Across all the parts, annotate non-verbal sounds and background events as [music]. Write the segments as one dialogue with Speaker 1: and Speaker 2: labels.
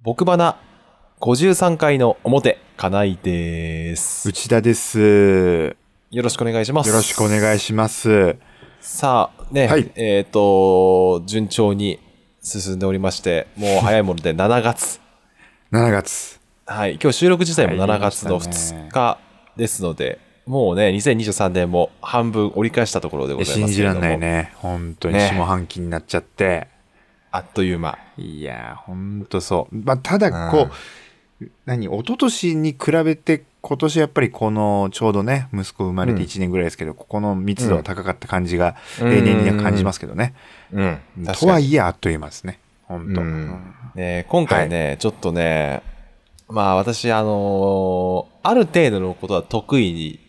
Speaker 1: 僕花53回の表、金井です。
Speaker 2: 内田です。よ
Speaker 1: よろしくお願いします。
Speaker 2: ろしくお願いします。
Speaker 1: さあ、ね、
Speaker 2: はい
Speaker 1: えっ、と、順調に進んでおりまして、もう早いもので7月。 [laughs]
Speaker 2: 7月。
Speaker 1: はい、今日収録自体も
Speaker 2: 入
Speaker 1: 7
Speaker 2: りま
Speaker 1: 月
Speaker 2: したね
Speaker 1: の2日ですので、もうね、2023年も半分折り返したところでござい
Speaker 2: 信
Speaker 1: ますけ
Speaker 2: じ
Speaker 1: れ
Speaker 2: ら
Speaker 1: ども。
Speaker 2: んない。ね。本当に
Speaker 1: ね
Speaker 2: 下半期になっちゃって。
Speaker 1: あっという間。
Speaker 2: いやー、ほんとそう。まあ、ただ、こう、何、一昨年に比べて、今年やっぱりこの、ちょうどね、息子生まれて1年ぐらいですけど、ここの密度は高かった感じが、
Speaker 1: うん
Speaker 2: 例年には感じますけどね。
Speaker 1: うん。確
Speaker 2: と
Speaker 1: か
Speaker 2: は
Speaker 1: に。
Speaker 2: いえ、あっという間ですね。本当、
Speaker 1: う
Speaker 2: うんん
Speaker 1: ね、今回ね、ちょっとね、まあ私、あのーある程度のことは得意に、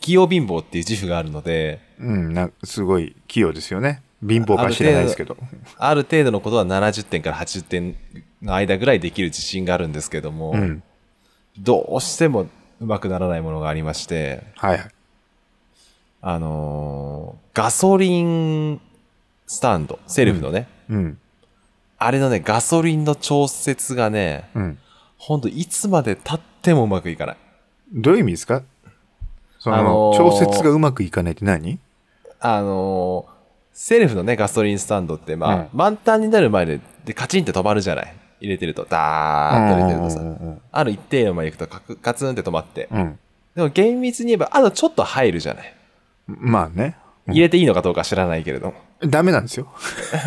Speaker 1: 器用貧乏っていう自負があるので、
Speaker 2: うん、なすごい器用ですよね。貧乏かは知らないですけど。
Speaker 1: ある程度のことは70点から80点の間ぐらいできる自信があるんですけども、
Speaker 2: うん。
Speaker 1: どうしてもうまくならないものがありまして、
Speaker 2: はいはい。
Speaker 1: あのーガソリンスタンド、セルフのね、
Speaker 2: うん。
Speaker 1: あれのね、ガソリンの調節がね、
Speaker 2: うん。
Speaker 1: ほんといつまで経ってもうまくいかない。
Speaker 2: どういう意味ですかその、
Speaker 1: あのー
Speaker 2: 調節がうまくいかないって何
Speaker 1: あのーセルフのね、ガソリンスタンドって、まあ、
Speaker 2: うん
Speaker 1: 満タンになる前で、で、カチンって止まるじゃない。入れてると、ダーッと入れてると
Speaker 2: うん
Speaker 1: さ、
Speaker 2: うんうん
Speaker 1: ある一定のまで行くとカク、カツンって止まって。
Speaker 2: うん。
Speaker 1: でも厳密に言えば、あとちょっと入るじゃない。
Speaker 2: まあね。うん
Speaker 1: 入れていいのかどうか知らないけれども。 [laughs]
Speaker 2: ダメなんです [laughs] よ。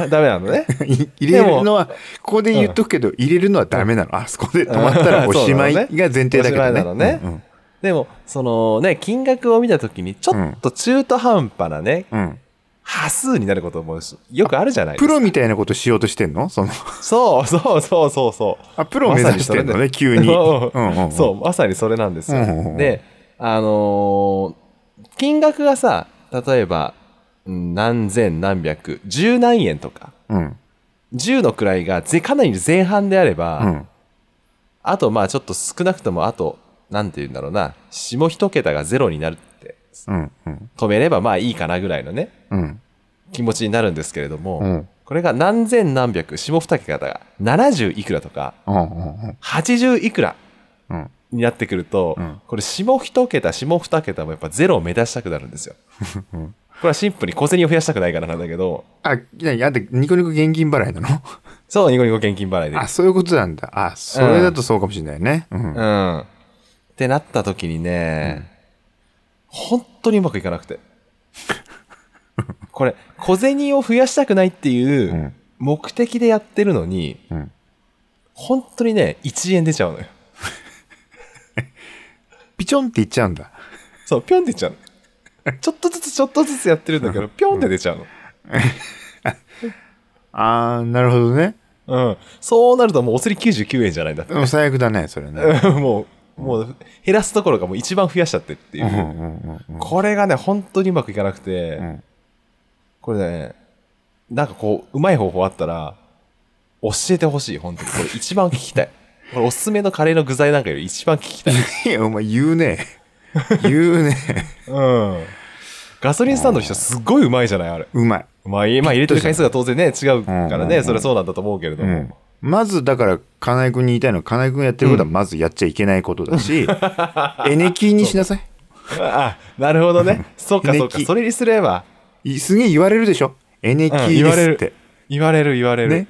Speaker 1: ダメなのね。
Speaker 2: い入れるのは、ここで言っとくけど、入れるのはダメなの。あそこで止まったらおしまいが前提だけどね。
Speaker 1: そうなのね
Speaker 2: うん
Speaker 1: でも、そのね、金額を見たときに、ちょっと中途半端なね、
Speaker 2: うんうん
Speaker 1: 波数になることもよくあるじゃないです
Speaker 2: プ
Speaker 1: か。
Speaker 2: ロみたいなことしようとしてんのその、
Speaker 1: そうそうそうそうそう。
Speaker 2: あ、プロを目指してんのね、急に。 [laughs] うんうんう
Speaker 1: [laughs]
Speaker 2: ん
Speaker 1: そう、まさにそれなんですよ。
Speaker 2: うんうんうん
Speaker 1: で、あのー金額がさ、例えば、うん何千何百、十何円とか、
Speaker 2: うん。
Speaker 1: 十の位がぜかなり前半であれば、
Speaker 2: うん。
Speaker 1: あとまあちょっと少なくともあと、なんて言うんだろうな、下一桁がゼロになるって、
Speaker 2: うん。うん。
Speaker 1: 止めればまあいいかなぐらいのね、
Speaker 2: うん。
Speaker 1: 気持ちになるんですけれども、
Speaker 2: うん。
Speaker 1: これが何千何百、下二桁が70いくらとか、
Speaker 2: うん。うん。
Speaker 1: 80いくら
Speaker 2: うん。
Speaker 1: になってくると、
Speaker 2: うん
Speaker 1: これ下一桁下二桁もやっぱゼロを目指したくなるんですよ。
Speaker 2: うん
Speaker 1: これはシンプルに小銭を増やしたくないからなんだけど
Speaker 2: あ、何あんた、ニコニコ現金払いなの
Speaker 1: そうニコニコ現金払いで。
Speaker 2: あ、そういうことなんだ。あ、それだとそうかもしれないね。うん。
Speaker 1: うん、ってなった時にね、本当にうまくいかなくて。これ小銭を増やしたくないっていううん目的でやってるのに
Speaker 2: うん。
Speaker 1: 本当にね1円出ちゃうのよ。
Speaker 2: ピチョンっていっちゃうんだ。
Speaker 1: そうピョンって出ちゃうの。ちょっとずつちょっとずつやってるんだけどピョンって出ちゃうの。
Speaker 2: あー、なるほどね。
Speaker 1: うん、そうなるともうお釣り99円じゃないんだって
Speaker 2: でも最悪だね、それね。
Speaker 1: うんもう、もう減らすところがもう一番増やしちゃってってい
Speaker 2: うんう
Speaker 1: う。
Speaker 2: んうんうん
Speaker 1: これがね、本当にうまくいかなくて、
Speaker 2: うん。
Speaker 1: これね、なんかこう、うまい方法あったら、教えてほしい、本当に。これ一番聞き
Speaker 2: [laughs]
Speaker 1: たい。これおすすめのカレーの具材なんかより一番聞きたい。
Speaker 2: いや、お前言うね。言うね。
Speaker 1: うん。ガソリンスタンドの人すっごいうまいじゃない、あれ。
Speaker 2: うまい。
Speaker 1: まあ、いまあ入れてる回数が当然ね、違うから
Speaker 2: うんうんう
Speaker 1: ね、
Speaker 2: ん
Speaker 1: それはそうなんだと思うけれど
Speaker 2: う
Speaker 1: も。
Speaker 2: ん。まず、だから、金井君に言いたいのは、金井君がやってることはまずやっちゃいけないことだ
Speaker 1: [laughs]
Speaker 2: し、エネキーにしなさい
Speaker 1: あ、なるほどね。そっか
Speaker 2: [laughs]
Speaker 1: そっか。
Speaker 2: ネキ
Speaker 1: それにすれば、
Speaker 2: い。すげえ言われるでしょエネキ
Speaker 1: うん
Speaker 2: ー
Speaker 1: 言われ
Speaker 2: ですって
Speaker 1: る。。言われる、言われる。
Speaker 2: ね。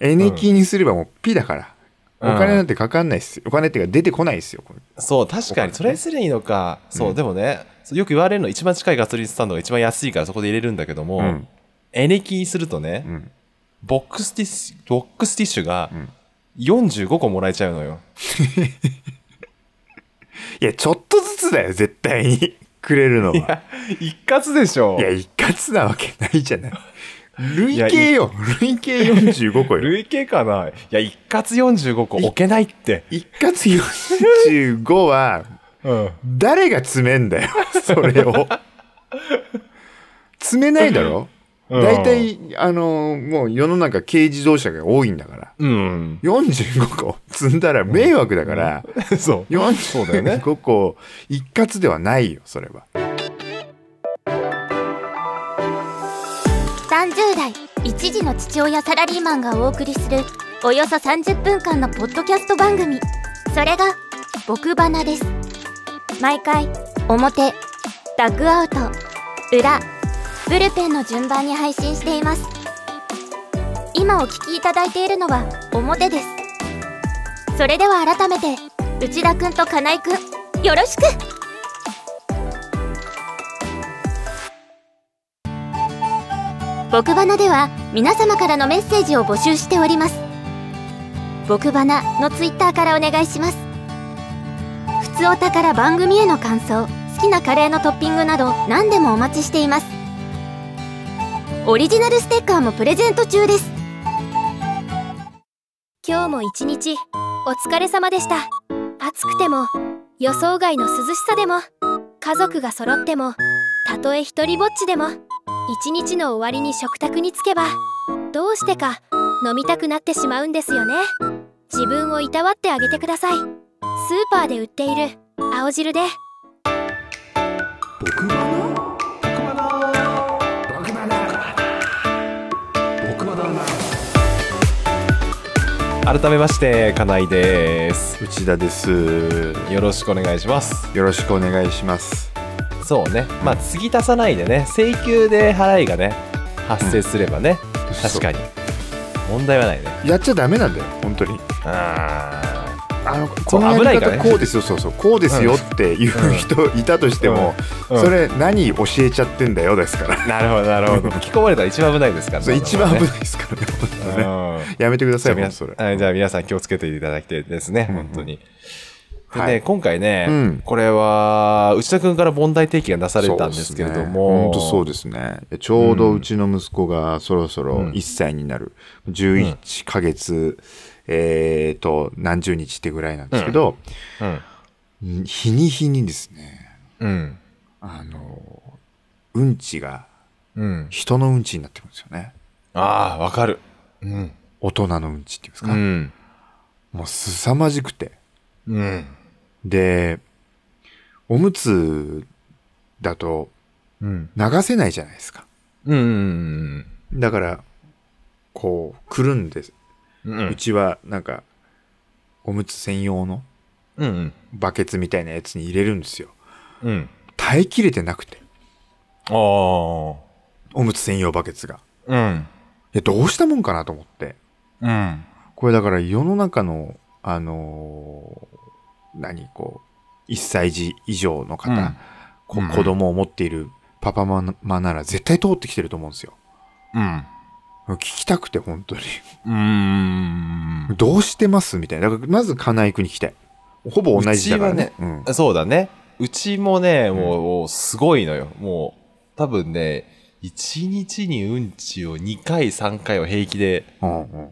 Speaker 2: エネキーにすればもうピだから。お金なんてかかんないっすよ。お金っていうか出てこないっすよ。これ
Speaker 1: そう確か
Speaker 2: お金
Speaker 1: に
Speaker 2: ね
Speaker 1: それにすりゃいいのか、そうでもねそうよく言われるの一番近いガソリンスタンドが一番安いからそこで入れるんだけども、
Speaker 2: うん
Speaker 1: エネキーするとね、
Speaker 2: うん。
Speaker 1: ボックスティッシュボックスティッシュが
Speaker 2: ん
Speaker 1: 45個もらえちゃうのよ、 [laughs]
Speaker 2: いや、ちょっとずつだよ、絶対に。くれるのは。い
Speaker 1: いや一括でしょ
Speaker 2: や、一括なわけないじゃない。累計よ。累計45個よ。
Speaker 1: 累計かないや一括45個置けないって、
Speaker 2: 一括45は、
Speaker 1: うん、
Speaker 2: 誰が詰めん [laughs] だよ、それを。詰めないだろ
Speaker 1: うん
Speaker 2: 大体、あの、もう世の中軽自動車が多いんだから。 [laughs]
Speaker 1: うん、
Speaker 2: 45個積んだら迷惑だから、
Speaker 1: そうそうだよね
Speaker 2: 45個一括ではないよ、それは。
Speaker 3: 30代一児の父親サラリーマンがお送りするおよそ30分間のポッドキャスト番組それが「僕花」です毎回表ダッグアウト裏ブルペンの順番に配信しています今お聞きいただいているのは表ですそれでは改めて内田くんと金井くんよろしく僕花では皆様からのメッセージを募集しております僕花のツイッターからお願いします普通おたから番組への感想好きなカレーのトッピングなど何でもお待ちしていますオリジナルステッカーもプレゼント中です今日も一日お疲れ様でした暑くても予想外の涼しさでも家族が揃ってもたとえ一人ぼっちでも一日の終わりに食卓に着けばどうしてか飲みたくなってしまうんですよね自分をいたわってあげてくださいスーパーで売っている青汁で
Speaker 2: 僕は僕僕
Speaker 1: 改めまして金井です
Speaker 2: 内田です。
Speaker 1: よろしくお願いします
Speaker 2: よろしくお願いします。
Speaker 1: そうねまあ継ぎ足さないでね請求で払いがね発生すればね、確かに問題はないね
Speaker 2: に。やっちゃダメなんだよ、本当に。
Speaker 1: あ
Speaker 2: あのこの
Speaker 1: 危な
Speaker 2: や
Speaker 1: い
Speaker 2: り
Speaker 1: からね
Speaker 2: 方こうですよ、そうそう、こうですよってい
Speaker 1: うん
Speaker 2: う人いたとしても、
Speaker 1: うん
Speaker 2: それ何教えちゃってんだよですから。
Speaker 1: ーなるほどなるほど [laughs] 吹き込まれたら一番危ないですから
Speaker 2: それ一番危ないですからね。本当にね
Speaker 1: ない、うん
Speaker 2: やめてくだ
Speaker 1: じ
Speaker 2: さ
Speaker 1: ゃあ
Speaker 2: い、も
Speaker 1: 皆
Speaker 2: うそれ。
Speaker 1: はいじゃあ皆さん気をつけていただきたいですね、本当に。でね、
Speaker 2: はい
Speaker 1: 今回ね、
Speaker 2: うん
Speaker 1: これは内田君から問題提起がなされたんですけれども、
Speaker 2: 本当そうですね。ちょうどうちの息子がそろそろ
Speaker 1: うん
Speaker 2: 1歳になる、11ヶ月、えっと、何十日ってぐらいなんですけど、
Speaker 1: うん
Speaker 2: 日に日にですね、
Speaker 1: うん
Speaker 2: あの、うんちが
Speaker 1: うん、
Speaker 2: 人のうんちになってくるんですよね。
Speaker 1: ああわかる、うん
Speaker 2: 大人のうんちっていうんです
Speaker 1: う
Speaker 2: か。
Speaker 1: ん
Speaker 2: もう凄まじくて。
Speaker 1: うん
Speaker 2: で、おむつだと
Speaker 1: うん
Speaker 2: 流せないじゃないですか。
Speaker 1: うんうん
Speaker 2: だから、こう、くるんで、
Speaker 1: うん
Speaker 2: うちはなんか、おむつ専用の
Speaker 1: うん
Speaker 2: バケツみたいなやつに入れるんですよ。
Speaker 1: うん
Speaker 2: 耐えきれてなくて、
Speaker 1: ああ
Speaker 2: おむつ専用バケツが。
Speaker 1: うん
Speaker 2: いや、どうしたもんかなと思って。
Speaker 1: うん
Speaker 2: これだから世の中の、あのー何、こう、1歳児以上の方、
Speaker 1: うん
Speaker 2: こ
Speaker 1: うん
Speaker 2: 子供を持っているパパママなら絶対通ってきてると思うんですよ。
Speaker 1: うん
Speaker 2: 聞きたくて、本当に。 [laughs]
Speaker 1: うん
Speaker 2: どうしてますみたいな。だから、まず、金井君に聞きたい。ほぼ同じだからね
Speaker 1: う。ち
Speaker 2: うん
Speaker 1: そうだね。うちもね、もう
Speaker 2: う、
Speaker 1: もうすごいのよ。もう、多分ね、1日にうんちを2回、3回は平気で
Speaker 2: うんうんうんうん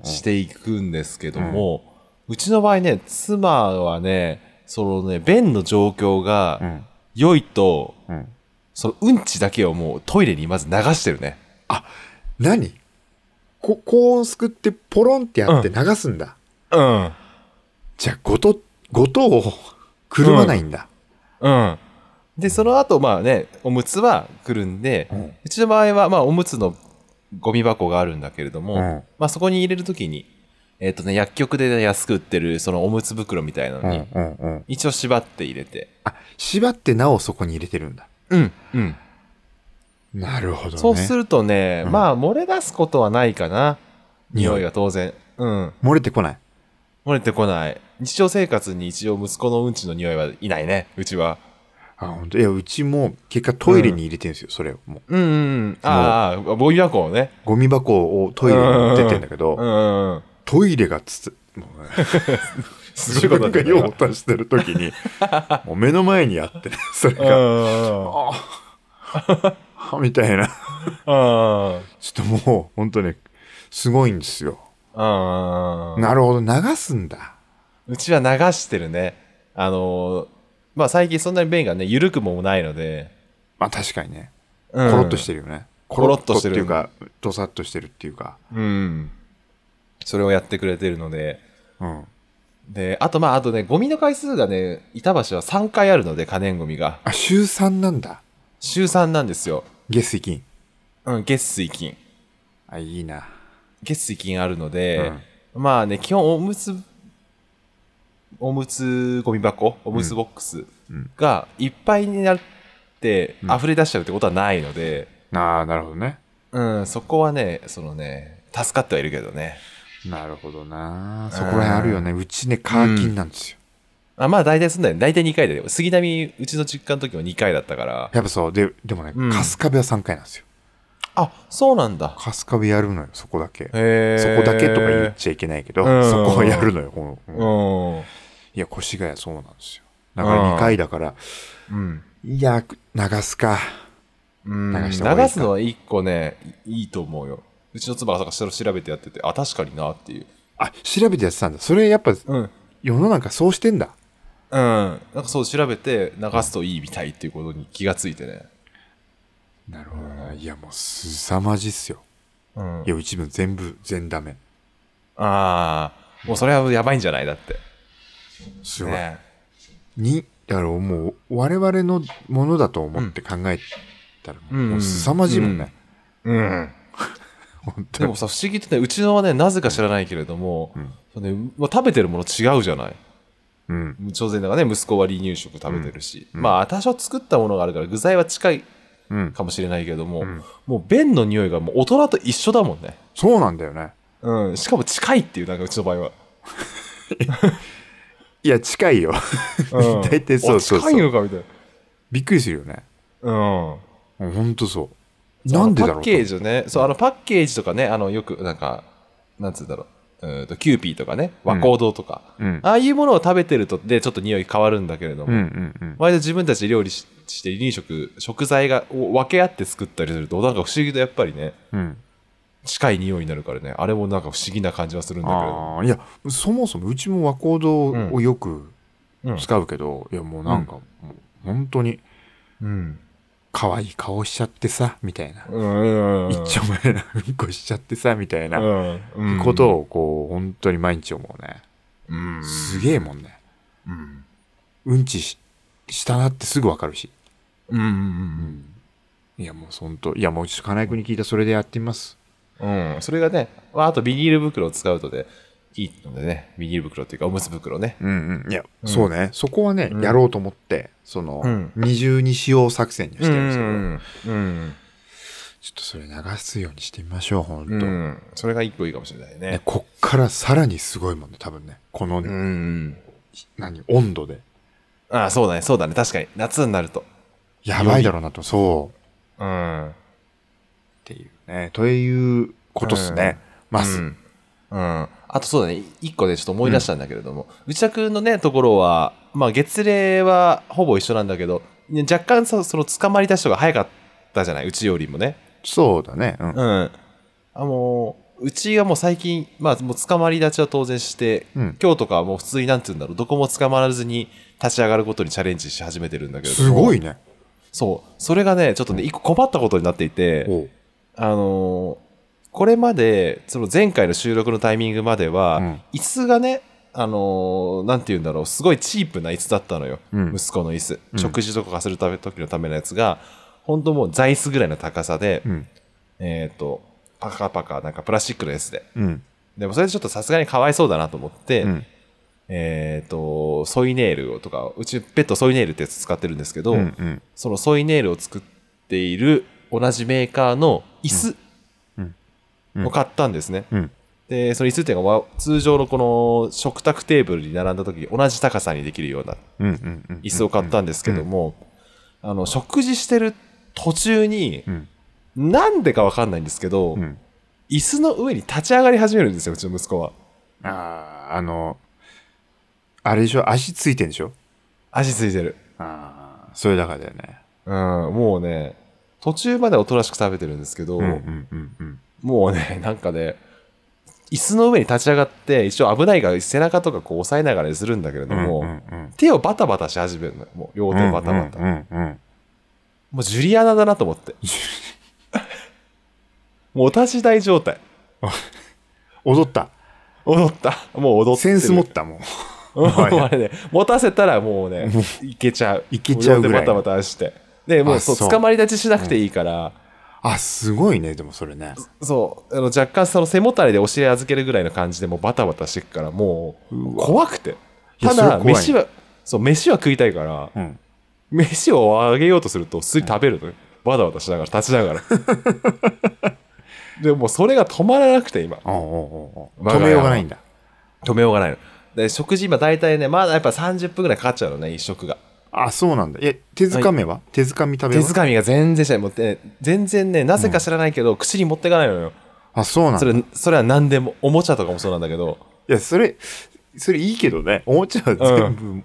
Speaker 2: うん
Speaker 1: していくんですけども、うちの場合ね、妻はね、そのね、便の状況
Speaker 2: う
Speaker 1: が
Speaker 2: ん
Speaker 1: 良いと、
Speaker 2: うん
Speaker 1: そのうんちだけをもうトイレにまず流してるね。
Speaker 2: 何こ高温すくってポロンってやって流すんだ。
Speaker 1: うん。
Speaker 2: じゃあ、ごと、ごとをくるまないんだ。
Speaker 1: うん。で、その後、まあね、おむつはくるんで、
Speaker 2: うん
Speaker 1: うちの場合は、まあ、おむつのゴミ箱があるんだけれども、
Speaker 2: うん
Speaker 1: まあ、そこに入れるときに、えっ、とね、薬局でね、安く売ってる、そのおむつ袋みたいな
Speaker 2: う
Speaker 1: の
Speaker 2: ん
Speaker 1: に、
Speaker 2: うんうん。
Speaker 1: 一応縛って入れて。
Speaker 2: あ、縛ってなおそこに入れてるんだ。
Speaker 1: うん、うん。
Speaker 2: なるほどね。
Speaker 1: そうするとね、
Speaker 2: うん
Speaker 1: まあ、漏れ出すことはないかな。
Speaker 2: 匂い
Speaker 1: 匂いは当然。うん。
Speaker 2: 漏れてこない。
Speaker 1: 漏れてこない。日常生活に一応息子のうんちの匂いはいないね、うちは。
Speaker 2: あ、本当いや、うちも結果トイレに入れてるんですよ、それを。もう
Speaker 1: うん、うんうん。ああ、ゴミ箱をね。
Speaker 2: ゴミ箱をトイレに持ってってんだけど、
Speaker 1: うんうんうん。
Speaker 2: トイレがつつ、もうね、
Speaker 1: す
Speaker 2: 自
Speaker 1: ごいこ
Speaker 2: 分
Speaker 1: と
Speaker 2: が
Speaker 1: だよ
Speaker 2: 用を足してる時に、もう目の前にあってね、それ
Speaker 1: う
Speaker 2: が、
Speaker 1: んうん
Speaker 2: は [laughs] みたいな。
Speaker 1: うん。うん
Speaker 2: ちょっともう、本当ね、すごいんですよ。
Speaker 1: うん。
Speaker 2: なるほど、流すんだ。
Speaker 1: うちは流してるね。あのーまあ最近そんなに便がね、緩くもないので。
Speaker 2: まあ確かにね、
Speaker 1: コ
Speaker 2: コロッとしててるよね。
Speaker 1: コロッとしてる
Speaker 2: コロッっていうか、ドサッとしてるっていうか。
Speaker 1: る。うん。それをやってくれてるので。
Speaker 2: うん。
Speaker 1: で、あとまあ、あとね、ゴミの回数がね、板橋は3回あるので、可燃ゴミが。
Speaker 2: あ、週3なんだ。
Speaker 1: 週3なんですよ。
Speaker 2: 月水金。
Speaker 1: うん、月水金。
Speaker 2: あ、いいな。
Speaker 1: 月水金あるので、
Speaker 2: うん
Speaker 1: まあね、基本おむつ、おむつゴミ箱、おむつボックス
Speaker 2: うん
Speaker 1: がいっぱいになって
Speaker 2: うん
Speaker 1: 溢れ出しちゃうってことはないので、
Speaker 2: ああ、なるほどね。
Speaker 1: うん、そこはね、そのね、助かってはいるけどね。
Speaker 2: なるほどな。そこら辺あるよね。うちね、カーキンなんですよ。
Speaker 1: あまあ大体そんだよね。大体2回だよ。杉並、うちの実家の時も2回だったから。
Speaker 2: やっぱそう。で、でもね、
Speaker 1: うん
Speaker 2: 春日部は3回なんですよ。
Speaker 1: あ、そうなんだ。
Speaker 2: 春日部やるのよ、そこだけ。
Speaker 1: へ
Speaker 2: そ
Speaker 1: ー
Speaker 2: こだけとか言っちゃいけないけど、
Speaker 1: うん
Speaker 2: そこはやるのよ。このうん
Speaker 1: うん。
Speaker 2: いや、越谷そうなんですよ。だから2回だから、
Speaker 1: うん。
Speaker 2: いや、流すか。
Speaker 1: うん
Speaker 2: 流
Speaker 1: 流
Speaker 2: した方がいいか
Speaker 1: すのは一個ね、いいいと思うよ。うちの妻がさそれを調べてやってて、あ、確かになっていう。
Speaker 2: あ、調べてやってたんだ。それやっぱ
Speaker 1: うん。うん。
Speaker 2: 世の中そうしてんだ。
Speaker 1: なんかそう調べて流すといいみたいっていうことに気がついてね。
Speaker 2: なるほどな。いや、もう凄まじいっすよ。
Speaker 1: うん
Speaker 2: い。や、うちも全部、全ダメ。
Speaker 1: ああ、もうそれはやばいんじゃないだって。
Speaker 2: すごい。
Speaker 1: ね。
Speaker 2: に、だからもう、我々のものだと思って考えたら、
Speaker 1: うん
Speaker 2: もう凄まじいもんね。
Speaker 1: うん。
Speaker 2: [laughs] 本当
Speaker 1: で
Speaker 2: に [laughs]
Speaker 1: も。さ、不思議とね、うちのはね、なぜか知らないけれども、
Speaker 2: うん
Speaker 1: そうねまあ食べてるもの違うじゃない。
Speaker 2: うん。
Speaker 1: 当然だからね、息子は離乳食食べてるし、
Speaker 2: うん
Speaker 1: まあ、多少作ったものがあるから、具材は近い
Speaker 2: うん。
Speaker 1: かもしれないけれども、
Speaker 2: うん
Speaker 1: もう便の匂いがもう大人と一緒だもんね。
Speaker 2: そうなんだよね。
Speaker 1: うん、しかも近いっていう、なんかうちの場合は。
Speaker 2: いや、近いよ。 [laughs]
Speaker 1: [laughs] うん、
Speaker 2: 大体そう
Speaker 1: あ
Speaker 2: そうそ
Speaker 1: 近
Speaker 2: う
Speaker 1: いのかみたいな。
Speaker 2: びっくりするよね。
Speaker 1: うん。
Speaker 2: もうほんとそう。なんでだ
Speaker 1: あ
Speaker 2: ろ
Speaker 1: のパ
Speaker 2: う
Speaker 1: ッケージをね、そう、あのパッケージとかね、あの、よく、なんか、なんつうんだろう。うーんとキューピーとかね、和光堂とか、
Speaker 2: うん
Speaker 1: ああいうものを食べてると、で、ちょっと匂い変わるんだけれど
Speaker 2: う
Speaker 1: も、
Speaker 2: んうんうん。
Speaker 1: 割と自分たちで料理しして離乳食食材がを分け合って作ったりするとなんか不思議とやっぱりね
Speaker 2: うん。
Speaker 1: 近い匂いになるからねあれもなんか不思議な感じはするんだけれども
Speaker 2: ああ、いや、そもそもうちも和光堂をよく
Speaker 1: うん
Speaker 2: 使うけど、いや、もうなんか、もう本当に
Speaker 1: うん
Speaker 2: 可愛い顔しちゃってさ、みたいな。
Speaker 1: うん
Speaker 2: 一丁前なうんこしちゃってさ、みたいな
Speaker 1: うん
Speaker 2: ことをこう、本当に毎日思うね。
Speaker 1: うん
Speaker 2: すげえもんね。
Speaker 1: うん
Speaker 2: うんちししたなってすぐわかるし。
Speaker 1: うんうん
Speaker 2: いや、もう本当、いや、もうちょっと金井君に聞いたそれでやってみます。
Speaker 1: うんうんそれがねまああとビニール袋を使うとでいいのでねビニール袋っていうかおむつ袋ね
Speaker 2: うんうん。いや、
Speaker 1: ん
Speaker 2: そうね。そこはね、
Speaker 1: うん
Speaker 2: やろうと思って、その、
Speaker 1: うん
Speaker 2: 二重に使用作戦にはしてるんですけど、
Speaker 1: うんうん
Speaker 2: ちょっとそれ流すようにしてみましょう、本当、
Speaker 1: うんうんそれが一個いいかもしれない
Speaker 2: ね
Speaker 1: ね
Speaker 2: こっからさらにすごいもんね、多分ね。この、
Speaker 1: うん
Speaker 2: 何、温度で。
Speaker 1: ああそうだねそうだね確かに夏になると
Speaker 2: やばいだろうなと、そう。
Speaker 1: うん
Speaker 2: っていうね。ということっすね。ます、
Speaker 1: うん。うん。あとそうだね、一個ね、ちょっと思い出したんだけれども、内田君のね、ところは、まあ月齢はほぼ一緒なんだけど、ね若干さ、その捕まり出しとか早かったじゃない、うちよりもね。
Speaker 2: そうだね。うん。
Speaker 1: うん。あのー、うちはもう最近、まあもう捕まり立ちは当然して、
Speaker 2: うん
Speaker 1: 今日とかはもう普通になんて言うんだろう、どこも捕まらずに立ち上がることにチャレンジし始めてるんだけれども。
Speaker 2: すごいね。
Speaker 1: そう。それがね、ちょっとね、一個困ったことになっていて、
Speaker 2: おう
Speaker 1: あのーこれまでその前回の収録のタイミングまでは、
Speaker 2: うん
Speaker 1: 椅子がね、あのーなんて言うんだろうすごいチープな椅子だったのよ、
Speaker 2: うん
Speaker 1: 息子の椅子、
Speaker 2: うん
Speaker 1: 食事とかするため時のためのやつが本当もう座椅子ぐらいの高さで、
Speaker 2: うん。
Speaker 1: えっ、とパカパカなんかプラスチックのやつで
Speaker 2: うん。
Speaker 1: でもそれでちょっとさすがにかわいそうだなと思って、
Speaker 2: うん。
Speaker 1: えっ、とソイネイルをとかうちペットソイネイルってやつ使ってるんですけど、
Speaker 2: うん。うん。
Speaker 1: そのソイネイルを作っている同じメーカーの椅
Speaker 2: うんうん
Speaker 1: 子を買ったんですね。
Speaker 2: うん。
Speaker 1: で、その椅子っていうのは通常のこの食卓テーブルに並んだ時同じ高さにできるような
Speaker 2: うん。うん。うん。
Speaker 1: 椅子を買ったんですけども、あの、食事してる途中に
Speaker 2: う、ん。
Speaker 1: なんでかわかんないんですけど、
Speaker 2: うん。
Speaker 1: 椅子の上に立ち上がり始めるんですよ、うちの息子は。
Speaker 2: ああ、あの、あれでしょ足ついてんでしょ
Speaker 1: 足ついてる。
Speaker 2: ああ、それだからだよね。
Speaker 1: うん、もうね、途中まではおとなしく食べてるんですけど、
Speaker 2: うんうんうんうん。
Speaker 1: もうね、 [laughs] なんかね、椅子の上に立ち上がって、一応危ないから背中とかこう押さえながらにするんだけれども、
Speaker 2: うんうん
Speaker 1: 手をバタバタし始めるのよ。もう両
Speaker 2: うん、
Speaker 1: 手バタバタ。
Speaker 2: うんうんうん。
Speaker 1: もうジュリアナだなと思って。 [laughs] もうお立ち台状態。
Speaker 2: 踊った。
Speaker 1: 踊った。もう踊って
Speaker 2: セ
Speaker 1: る。
Speaker 2: ンス持ったもん。
Speaker 1: [laughs] もう
Speaker 2: はい
Speaker 1: あれね、持たせたらもう
Speaker 2: [laughs]
Speaker 1: ね、いけちゃう。
Speaker 2: いけちゃうぐら
Speaker 1: 両手
Speaker 2: い
Speaker 1: バタバタして。で、もう
Speaker 2: あ
Speaker 1: そう、
Speaker 2: そう
Speaker 1: 捕まり立ちしなくていいから、
Speaker 2: あ、すごいね、でもそれね。
Speaker 1: そうあの若干その背もたれでお尻預けるぐらいの感じでもうバタバタしてくからもう怖くて
Speaker 2: いや
Speaker 1: た
Speaker 2: それ
Speaker 1: だ
Speaker 2: 怖いね
Speaker 1: 飯はそう飯は食いたいから
Speaker 2: うん。
Speaker 1: 飯をあげようとすると普通に食べるのよバタバタしながら立ちながら [laughs] でもうそれが止まらなくて今
Speaker 2: おうおうおうおう
Speaker 1: 我が家は
Speaker 2: 止めようがないんだ。
Speaker 1: 止めようがないので食事今大体ねまだやっぱ30分ぐらいかかっちゃうのね一食が
Speaker 2: あ、そうなんだ。え、手づかめは、手づかみ食べ
Speaker 1: 手
Speaker 2: は
Speaker 1: づかみが全然しないもうね全然ねなぜか知らないけど、口に持ってかないのよ
Speaker 2: あ、そうなん
Speaker 1: そ
Speaker 2: だ。い
Speaker 1: れそれは何でもおもちゃとかもそうなんだけど
Speaker 2: や、それ、それいいけどね。おもちゃは全部、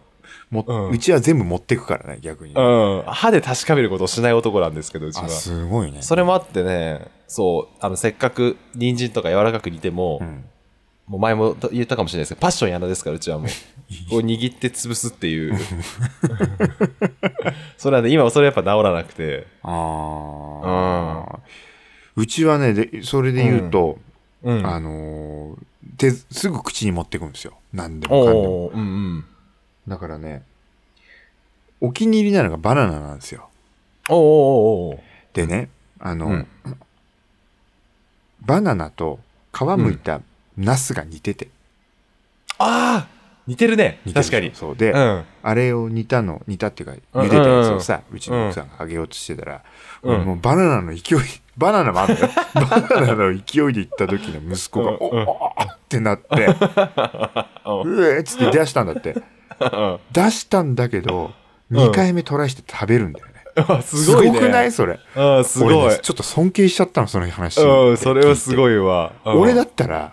Speaker 2: も
Speaker 1: うん
Speaker 2: うちは全部持ってくからね、逆に。
Speaker 1: うん歯で確かめることをしない男なんですけどうちは
Speaker 2: あ、すごいね。
Speaker 1: それもあってねそうあのせっかく人参とか柔らかく煮ても、
Speaker 2: うん。
Speaker 1: もう前も言ったかもしれないですけどパッションやなですからうちは
Speaker 2: [laughs]
Speaker 1: もうこう握って潰すっていうそれはね今はそれやっぱ治らなくて
Speaker 2: ああ。うちはね、で、それで言うと、
Speaker 1: うん
Speaker 2: あのー手、すぐ口に持ってくんですよ。何でもかんでも。
Speaker 1: おーうんうん
Speaker 2: だからね、お気に入りなのがバナナなんですよ。
Speaker 1: おーおーおーおー
Speaker 2: でね、あの、
Speaker 1: うん
Speaker 2: バナナと皮むいたナスが似てて。
Speaker 1: ああ似てるね
Speaker 2: 似てる
Speaker 1: 確かに
Speaker 2: そうで、
Speaker 1: うん
Speaker 2: あれを煮たの、煮たっていうか、茹でたやつをさ、うちの奥さんがあげようとしてたら、
Speaker 1: うん
Speaker 2: もうバナナの勢い、 [laughs] バナナもあるよ。 [laughs] バナナの勢いで行った時の息子が、
Speaker 1: うん
Speaker 2: お
Speaker 1: うん
Speaker 2: おーってなって、うえーっつって出したんだって。出したんだけど、
Speaker 1: ん
Speaker 2: 2回目トライして食べるんだよね。
Speaker 1: あすごいね
Speaker 2: くないそれ。
Speaker 1: うんすごい
Speaker 2: 俺ねちょっと尊敬しちゃったの、その話。
Speaker 1: うんそれはす
Speaker 2: い。
Speaker 1: ごいわうん
Speaker 2: 俺だったら、
Speaker 1: うん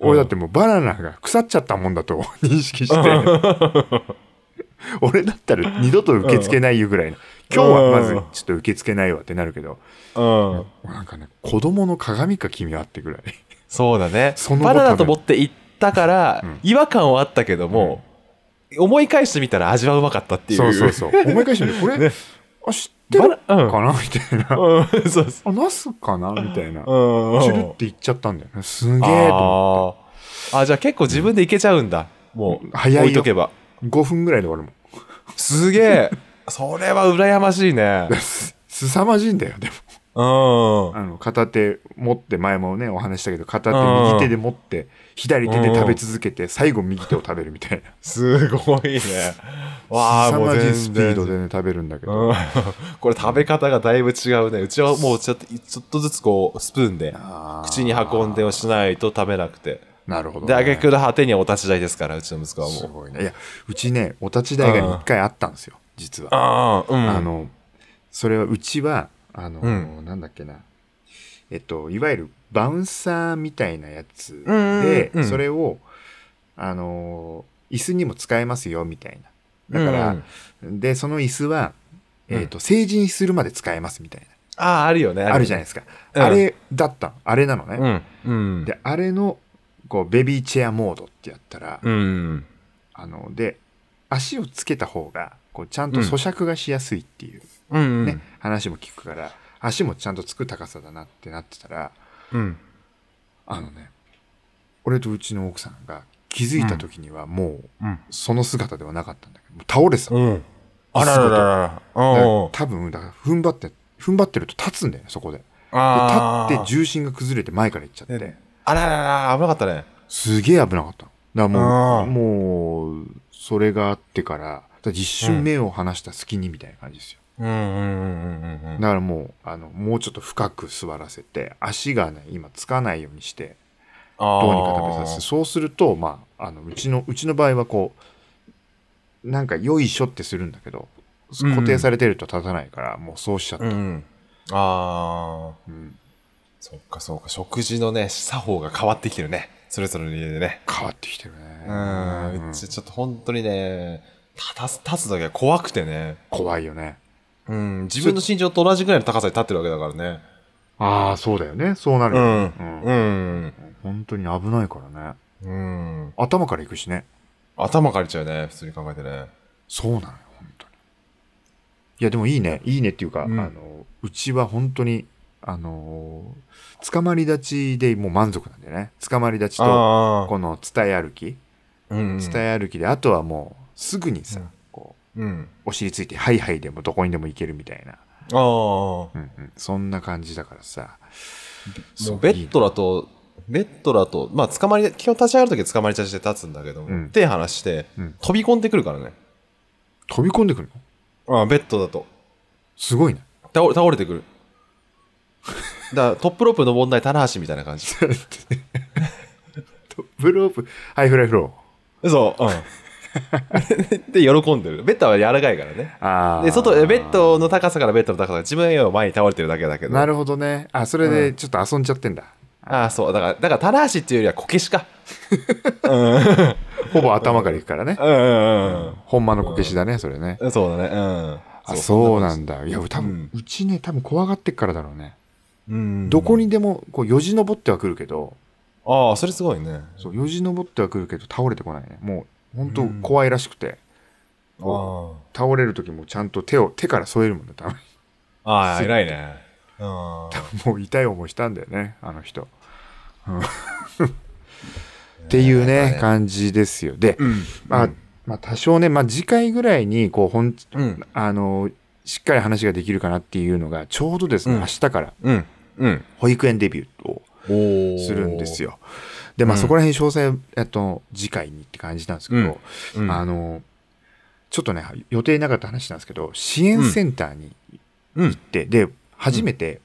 Speaker 2: 俺だってもうバナナが腐っちゃったもんだと認識して、俺だったら二度と受け付けないよぐらいの、今日はまずちょっと受け付けないわってなるけど、
Speaker 1: うん
Speaker 2: なんかね、子供の鏡か君はってぐらい。
Speaker 1: そうだね
Speaker 2: その後
Speaker 1: バ
Speaker 2: 食べ
Speaker 1: ナナと持って行ったから、
Speaker 2: うん
Speaker 1: 違和感はあったけども、思い返してみたら味はうまかったっていう
Speaker 2: そうそうそう。思い返してみて、これ、あ、知って
Speaker 1: バ
Speaker 2: る
Speaker 1: ナうん
Speaker 2: かなみたいな。
Speaker 1: うん [laughs] そうそう
Speaker 2: あ、ナスかなみたいな。
Speaker 1: うん
Speaker 2: チュルっていっちゃったんだよね。すげえと思って。
Speaker 1: あーあじゃあ結構自分でいけちゃうんだ、もう
Speaker 2: 早いよ
Speaker 1: 置いとけば
Speaker 2: 5分ぐらいで終わるもん。 [laughs]
Speaker 1: すげえそれは羨ましいね
Speaker 2: すすさまじいんだよ、でも。
Speaker 1: うん
Speaker 2: あの、片手持って、前もね、お話ししたけど、片手右手で持って、左手で食べ続けて、最後右手を食べるみたいな。
Speaker 1: すごいね
Speaker 2: [laughs]
Speaker 1: わあ
Speaker 2: すさ
Speaker 1: もう
Speaker 2: ま
Speaker 1: 全
Speaker 2: じい
Speaker 1: 然
Speaker 2: スピードでね、食べるんだけど。
Speaker 1: うんこれ食べ方がだいぶ違うねうちはもうちょっとちょっとずつこうスプーンで
Speaker 2: あー
Speaker 1: 口に運んでをしないと食べなくて
Speaker 2: なるほど、
Speaker 1: で、
Speaker 2: ね。
Speaker 1: 挙句の果てにはお立ち台ですから、うちの息子は
Speaker 2: す
Speaker 1: もう。
Speaker 2: ごいね。いや、うちね、お立ち台が1回あったんですよ、実は。
Speaker 1: ああ、うん。
Speaker 2: あの、それは、うちは、あの、
Speaker 1: うん
Speaker 2: なんだっけな。えっと、いわゆるバウンサーみたいなやつ
Speaker 1: うんうんうん
Speaker 2: で、
Speaker 1: うん
Speaker 2: それを、あの、椅子にも使えますよ、みたいな。だから、で、その椅子は、えっ、と、成人するまで使えますみたい
Speaker 1: ああ、あるよね。
Speaker 2: な。あるじゃ
Speaker 1: ない。
Speaker 2: ないですか。
Speaker 1: うん
Speaker 2: あれだったのあれなのね。
Speaker 1: うん。うん。
Speaker 2: で、あれの、こう、ベビーチェアモードってやったら、
Speaker 1: うん。
Speaker 2: あの、で、足をつけた方が、こう、ちゃんと咀嚼がしやすいっていう
Speaker 1: うん。
Speaker 2: ね、話も聞くから、足もちゃんとつく高さだなってなってたら、
Speaker 1: うん。
Speaker 2: あのね、俺とうちの奥さんが気づいた時にはもう、
Speaker 1: うん。
Speaker 2: その姿ではなかったんだけど、もう倒れてたの。
Speaker 1: うん。あららららら。
Speaker 2: だから
Speaker 1: うん。
Speaker 2: 多分、だから踏ん張って、踏ん張ってると立つんだよね、そこで。
Speaker 1: あ
Speaker 2: で立って重心が崩れて前から行っちゃって
Speaker 1: ねあらららら、危なかったね。
Speaker 2: すげえ危なかったのだからも
Speaker 1: あ
Speaker 2: う
Speaker 1: ー
Speaker 2: もうそれがあってからだから一瞬目を離した隙にみたいな感じですよ、
Speaker 1: うんうんうんうんうんうん。
Speaker 2: だからもうあのもうちょっと深く座らせて足がね今つかないようにして
Speaker 1: あ
Speaker 2: ど
Speaker 1: ー
Speaker 2: うにか食べさせてそうするとまああのうちのうちの場合はこうなんかよいしょってするんだけど
Speaker 1: うんうん
Speaker 2: 固定されてると立たないから、もうそうしちゃった、
Speaker 1: うんうん。ああ。
Speaker 2: うん
Speaker 1: そっかそっか。食事のね、作法が変わってきてるね。それぞれの家でね。
Speaker 2: 変わってきてるね
Speaker 1: うん。
Speaker 2: う
Speaker 1: うんちちょっと本当にね、立つ、立つだけが怖くてね。
Speaker 2: 怖いよね
Speaker 1: うん、自分の身長と同じぐらいの高さに立ってるわけだからね。
Speaker 2: ああそうだよねそうなるよね、
Speaker 1: んうん。
Speaker 2: 本当に危ないからね
Speaker 1: うん。
Speaker 2: 頭から行くしね
Speaker 1: 頭借りちゃうね、普通に考えてね。
Speaker 2: そうなのよ本当にいやでもいいねいいねっていうか、
Speaker 1: うん
Speaker 2: あのうちは本当にあのー捕まり立ちでもう満足なんだよね捕まり立ちと
Speaker 1: あ
Speaker 2: この伝え歩き
Speaker 1: あ。うん。
Speaker 2: 伝え歩きであとはもうすぐにさ、
Speaker 1: うん
Speaker 2: こう
Speaker 1: うん。
Speaker 2: お尻ついてハイハイでもどこにでも行けるみたいな
Speaker 1: ああ。も
Speaker 2: うんうん、そんな感じだからさ。そうう
Speaker 1: ベッド
Speaker 2: いい
Speaker 1: だと、ベッドだと、まあ、捕まり、基本立ち上がるときは捕まりちゃして立つんだけど、
Speaker 2: うん
Speaker 1: 手離して、
Speaker 2: うん
Speaker 1: 飛び込んでくるからね。
Speaker 2: 飛び込んでくるの
Speaker 1: ああ、ベッドだと。
Speaker 2: すごいね。
Speaker 1: 倒れ倒れて
Speaker 2: [laughs]
Speaker 1: くる。だからトップロープ登んない棚橋みたいな感じ。
Speaker 2: トップロープ、ハイフライフロ
Speaker 1: そう。うん。 [laughs] で、喜んでる。ベッドは柔らかいからね。
Speaker 2: ー。あー
Speaker 1: で、外、ベッドの高さからベッドの高さが自分より前に倒れてるだけだけど。
Speaker 2: なるほどね。あ、それ
Speaker 1: う
Speaker 2: で
Speaker 1: ん
Speaker 2: ちょっと遊んじゃってんだ。
Speaker 1: ああ、そう。だから、だから、棚橋っていうよりはこけしか。うん。うん
Speaker 2: ほぼ頭からいくからね。
Speaker 1: うんうん
Speaker 2: ほんまのこけしだね、それね。
Speaker 1: うん。そうだね。うん。
Speaker 2: あ、そうなんんだ。いや、多分、
Speaker 1: う
Speaker 2: うちね、多分怖がってっからだろうね。
Speaker 1: うん。
Speaker 2: どこにでも、こう、よじ登ってはくるけど、
Speaker 1: ああ、それすごいね。
Speaker 2: そう、よじ登ってはくるけど、倒れてこないね。もう、本
Speaker 1: う
Speaker 2: 当
Speaker 1: ん
Speaker 2: 怖いらしくて、
Speaker 1: あー
Speaker 2: 倒れる時もちゃんと手を、手から添えるもんだ、多分。 [laughs]
Speaker 1: あー、偉いね。うん。
Speaker 2: もう痛い思いしたんだよね、あの人。うんっていう
Speaker 1: なん
Speaker 2: ね
Speaker 1: か、ね
Speaker 2: 感じですよ。で、
Speaker 1: うん。
Speaker 2: まあ、まあ、多少ね、まあ、次回ぐらいに、こう、ほん、
Speaker 1: うん。
Speaker 2: あの、しっかり話ができるかなっていうのが、ちょうどですね、
Speaker 1: うん
Speaker 2: 明日から
Speaker 1: うん。うん。
Speaker 2: 保育園デビューを
Speaker 1: お
Speaker 2: するんです
Speaker 1: よ。
Speaker 2: よ。で、まあ、
Speaker 1: うん
Speaker 2: そこら辺詳細、えっと、次回にって感じなんですけど、
Speaker 1: うん
Speaker 2: あの、ちょっとね、予定なかった話なんですけど、支援センターに
Speaker 1: うん
Speaker 2: 行って、で、初めて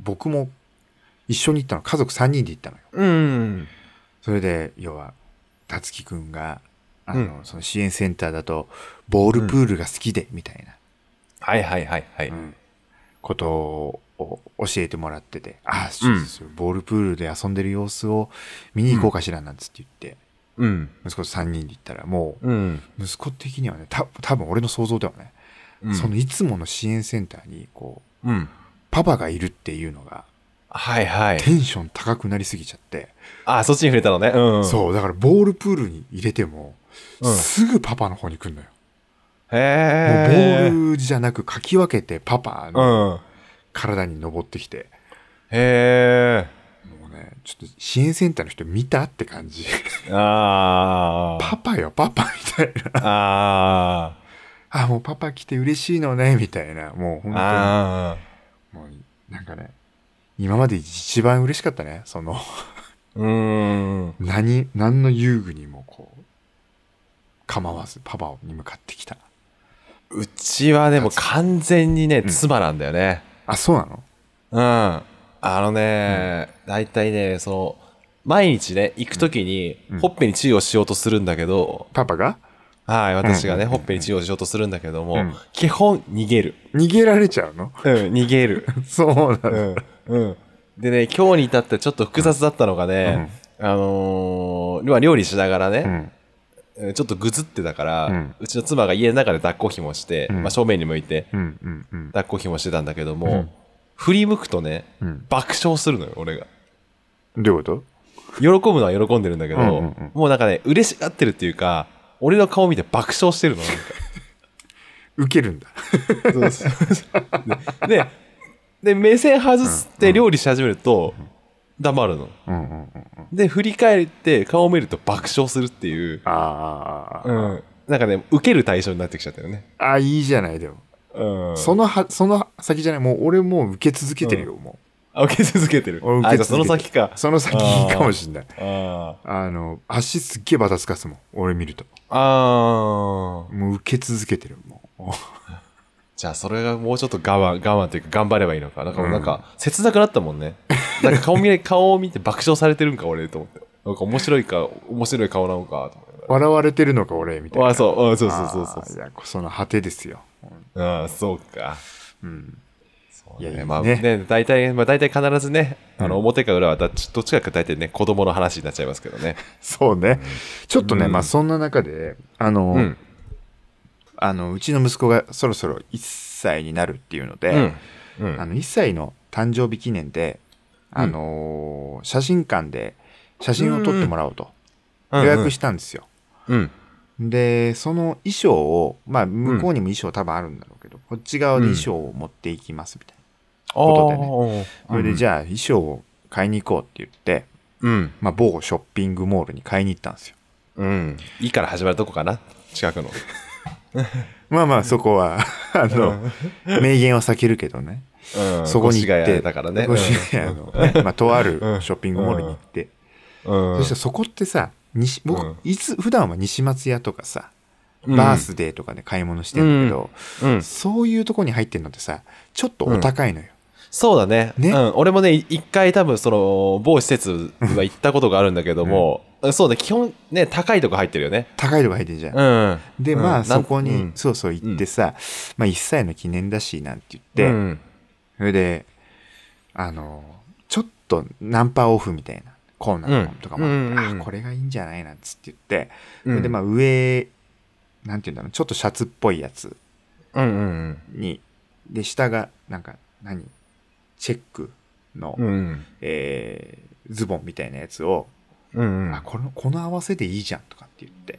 Speaker 2: 僕も一緒に行ったの、家族3人で行ったのよ。
Speaker 1: うん。
Speaker 2: それで、要は、たつきくんが、あ
Speaker 1: う
Speaker 2: の、その支援センターだと、ボールプールが好きで、みたいな、
Speaker 1: はいはいはいはい。
Speaker 2: うんことを教えてもらってて、ああ、そううんそうボールプールで遊んでる様子を見に行こうかしら、なんつって言って、
Speaker 1: うん。
Speaker 2: 息子と3人で行ったら、も
Speaker 1: うん。
Speaker 2: う、息子的にはね、た多分俺の想像ではね、そのいつもの支援センターに、こう、
Speaker 1: うん。
Speaker 2: パパがいるっていうのが、
Speaker 1: はいはい。
Speaker 2: テンション高くなりすぎちゃって、
Speaker 1: あ、そっちに触れたのね。うん。う。
Speaker 2: そう、だからボールプールに入れても、
Speaker 1: うん
Speaker 2: すぐパパの方に来るのよ。もうボ
Speaker 1: へえ。
Speaker 2: ールじゃなく、かき分けてパパの
Speaker 1: うん。
Speaker 2: 体に登ってきて、
Speaker 1: へ
Speaker 2: もうね、ちょっと支援センターの人見たって感じ。
Speaker 1: え。あ
Speaker 2: パパよ、パパみたいな。
Speaker 1: あ。あ
Speaker 2: あ、もうパパ来て嬉しいのね、みたいな。もう
Speaker 1: あ。
Speaker 2: 本
Speaker 1: ああ。
Speaker 2: 当に、もうなんかね、今まで一番嬉しかったね。その、
Speaker 1: うん。
Speaker 2: 何、何の遊具にもこう、構わずパパに向かってきた。
Speaker 1: うちはでも完全にね、
Speaker 2: うん
Speaker 1: 妻なんだよね。
Speaker 2: あ、そうなの
Speaker 1: うん。あのね、大体ね、その、毎日ね、行くときに
Speaker 2: うん、
Speaker 1: ほっぺに治療しようとするんだけど、
Speaker 2: パパが
Speaker 1: はい、私がね、
Speaker 2: うん
Speaker 1: ほっぺに治療しようとするんだけども、
Speaker 2: うん
Speaker 1: 基本逃げる。
Speaker 2: 逃げられちゃうの [laughs]
Speaker 1: うん、逃げる。
Speaker 2: そうなんだ。
Speaker 1: うん。うん。でね、今日に至ってちょっと複雑だったのがね、あのー、まあ料理しながら
Speaker 2: う
Speaker 1: ね、
Speaker 2: ん。
Speaker 1: えーちょっとぐずってたから、
Speaker 2: う
Speaker 1: うんちの妻が家の中で抱っこひもして、
Speaker 2: うん
Speaker 1: まあ正面に向いて
Speaker 2: うん。うん。うん。
Speaker 1: 抱っこひもしてたんだけども、
Speaker 2: うん
Speaker 1: 振り向くとね、
Speaker 2: うん
Speaker 1: 爆笑するのよ、俺が。
Speaker 2: どういうこと
Speaker 1: 喜ぶのは喜んでるんだけど、
Speaker 2: うんうんうん
Speaker 1: もうなんかね、嬉しがってるっていうか、俺の顔見て爆笑してるの。なんか
Speaker 2: 受けるんだ。
Speaker 1: そうそうそうで、で、目線外して料理し始めると、黙るの。
Speaker 2: うんうんうんうん。
Speaker 1: で、振り返って顔を見ると爆笑するっていう、
Speaker 2: あーあー、あー
Speaker 1: うん。なんかね、受ける対象になってきちゃったよね。
Speaker 2: あー、いいじゃない、でも。
Speaker 1: うん。
Speaker 2: そのは、その先じゃない、もう俺もう受け続けてるよ、も
Speaker 1: あ [laughs] 受け続けてる。
Speaker 2: う。俺受
Speaker 1: あ、
Speaker 2: け
Speaker 1: じゃあ
Speaker 2: 続け
Speaker 1: その先か。
Speaker 2: その先
Speaker 1: あー
Speaker 2: かもしんない。
Speaker 1: あ
Speaker 2: あの、足すっげえバタつかすもん、俺見ると。
Speaker 1: あ。ああ。
Speaker 2: もう受け続けてる、もう。 [laughs]
Speaker 1: じゃあそれがもうちょっと我慢、我慢というか頑張ればいいのか。なんかもう
Speaker 2: うん
Speaker 1: なんか、切なくなったもんね。なんか顔見れ、顔を見て爆笑されてるんか、俺、と思って。なんか面白いか、面白い顔なのか、と思って。
Speaker 2: 笑われてるのか、俺、みたいな。
Speaker 1: ああ、そう、うんそうそうそうそう
Speaker 2: あーいや、その果てですよ。
Speaker 1: ああ、そうか。
Speaker 2: うん。
Speaker 1: そうね
Speaker 2: いやいいね
Speaker 1: まあね、大体、まあ大体必ずね、あ
Speaker 2: う
Speaker 1: の、
Speaker 2: ん
Speaker 1: 表か裏はだっち、どっちかか大体ね、子供の話になっちゃいますけどね。
Speaker 2: そうね。ちょっとね、
Speaker 1: うん
Speaker 2: まあ、そんな中で、あの、
Speaker 1: うん。
Speaker 2: あの、うちの息子がそろそろ1歳になるっていうので、
Speaker 1: うん。う
Speaker 2: あ
Speaker 1: ん。
Speaker 2: の1歳の誕生日記念で、あのー写真館で写真を撮ってもらおうと
Speaker 1: うん
Speaker 2: 予
Speaker 1: うん
Speaker 2: 約したんですよ。
Speaker 1: うん。
Speaker 2: で、その衣装を、まあ、向こうにも衣装多分あるんだろうけど、こっち側で衣装を持っていきますみたいな。ことでねそれで、じ
Speaker 1: ゃ
Speaker 2: ゃあ衣装を買いに行こうって言って、
Speaker 1: うん。
Speaker 2: まあ、某ショッピングモールに買いに行ったんですよ。
Speaker 1: うん。いいから始まるとこかな。近くの。 [laughs]
Speaker 2: まあまあ、そこはあの、名言は避けるけどね。
Speaker 1: うん
Speaker 2: そこに
Speaker 1: 越谷
Speaker 2: 行って、
Speaker 1: だからね。
Speaker 2: 越谷のねまあ、とあるショッピングモールに行って、
Speaker 1: うん。
Speaker 2: そしたらそこってさ、西僕、
Speaker 1: うん
Speaker 2: いつ、普段は西松屋とかさ、
Speaker 1: うん
Speaker 2: バースデーとかで買い物してんだけど、
Speaker 1: うん
Speaker 2: そういうとこに入ってんのってさ、ちょっとお高いのよ。
Speaker 1: そうだね。
Speaker 2: ね
Speaker 1: うん。俺もね、い一回多分その、某施設は行ったことがあるんだけども、うんそうね、基本ね、高いとこ入ってるよね。
Speaker 2: 高いとこ入ってんじゃん。
Speaker 1: うん。
Speaker 2: で、
Speaker 1: うん
Speaker 2: ま
Speaker 1: な
Speaker 2: あ、
Speaker 1: ん
Speaker 2: そこに、
Speaker 1: うん
Speaker 2: そうそう行ってさ、まあ、1歳の記念だし、なんて
Speaker 1: う
Speaker 2: 言って、
Speaker 1: ん
Speaker 2: それで、あの、ちょっとナンパオフみたいなコーナーとかもあって、
Speaker 1: うんうんうんうん
Speaker 2: あ、これがいいんじゃないなんつって言って、
Speaker 1: う
Speaker 2: そ
Speaker 1: ん
Speaker 2: れで、まあ、上、なんて言うんだろう、ちょっとシャツっぽいやつ
Speaker 1: うんうん
Speaker 2: に、で、下が、なんか、何チェックの、
Speaker 1: うん。うん。
Speaker 2: えーズボンみたいなやつを、
Speaker 1: うんうん
Speaker 2: あ、この、この合わせでいいじゃんとかって言って。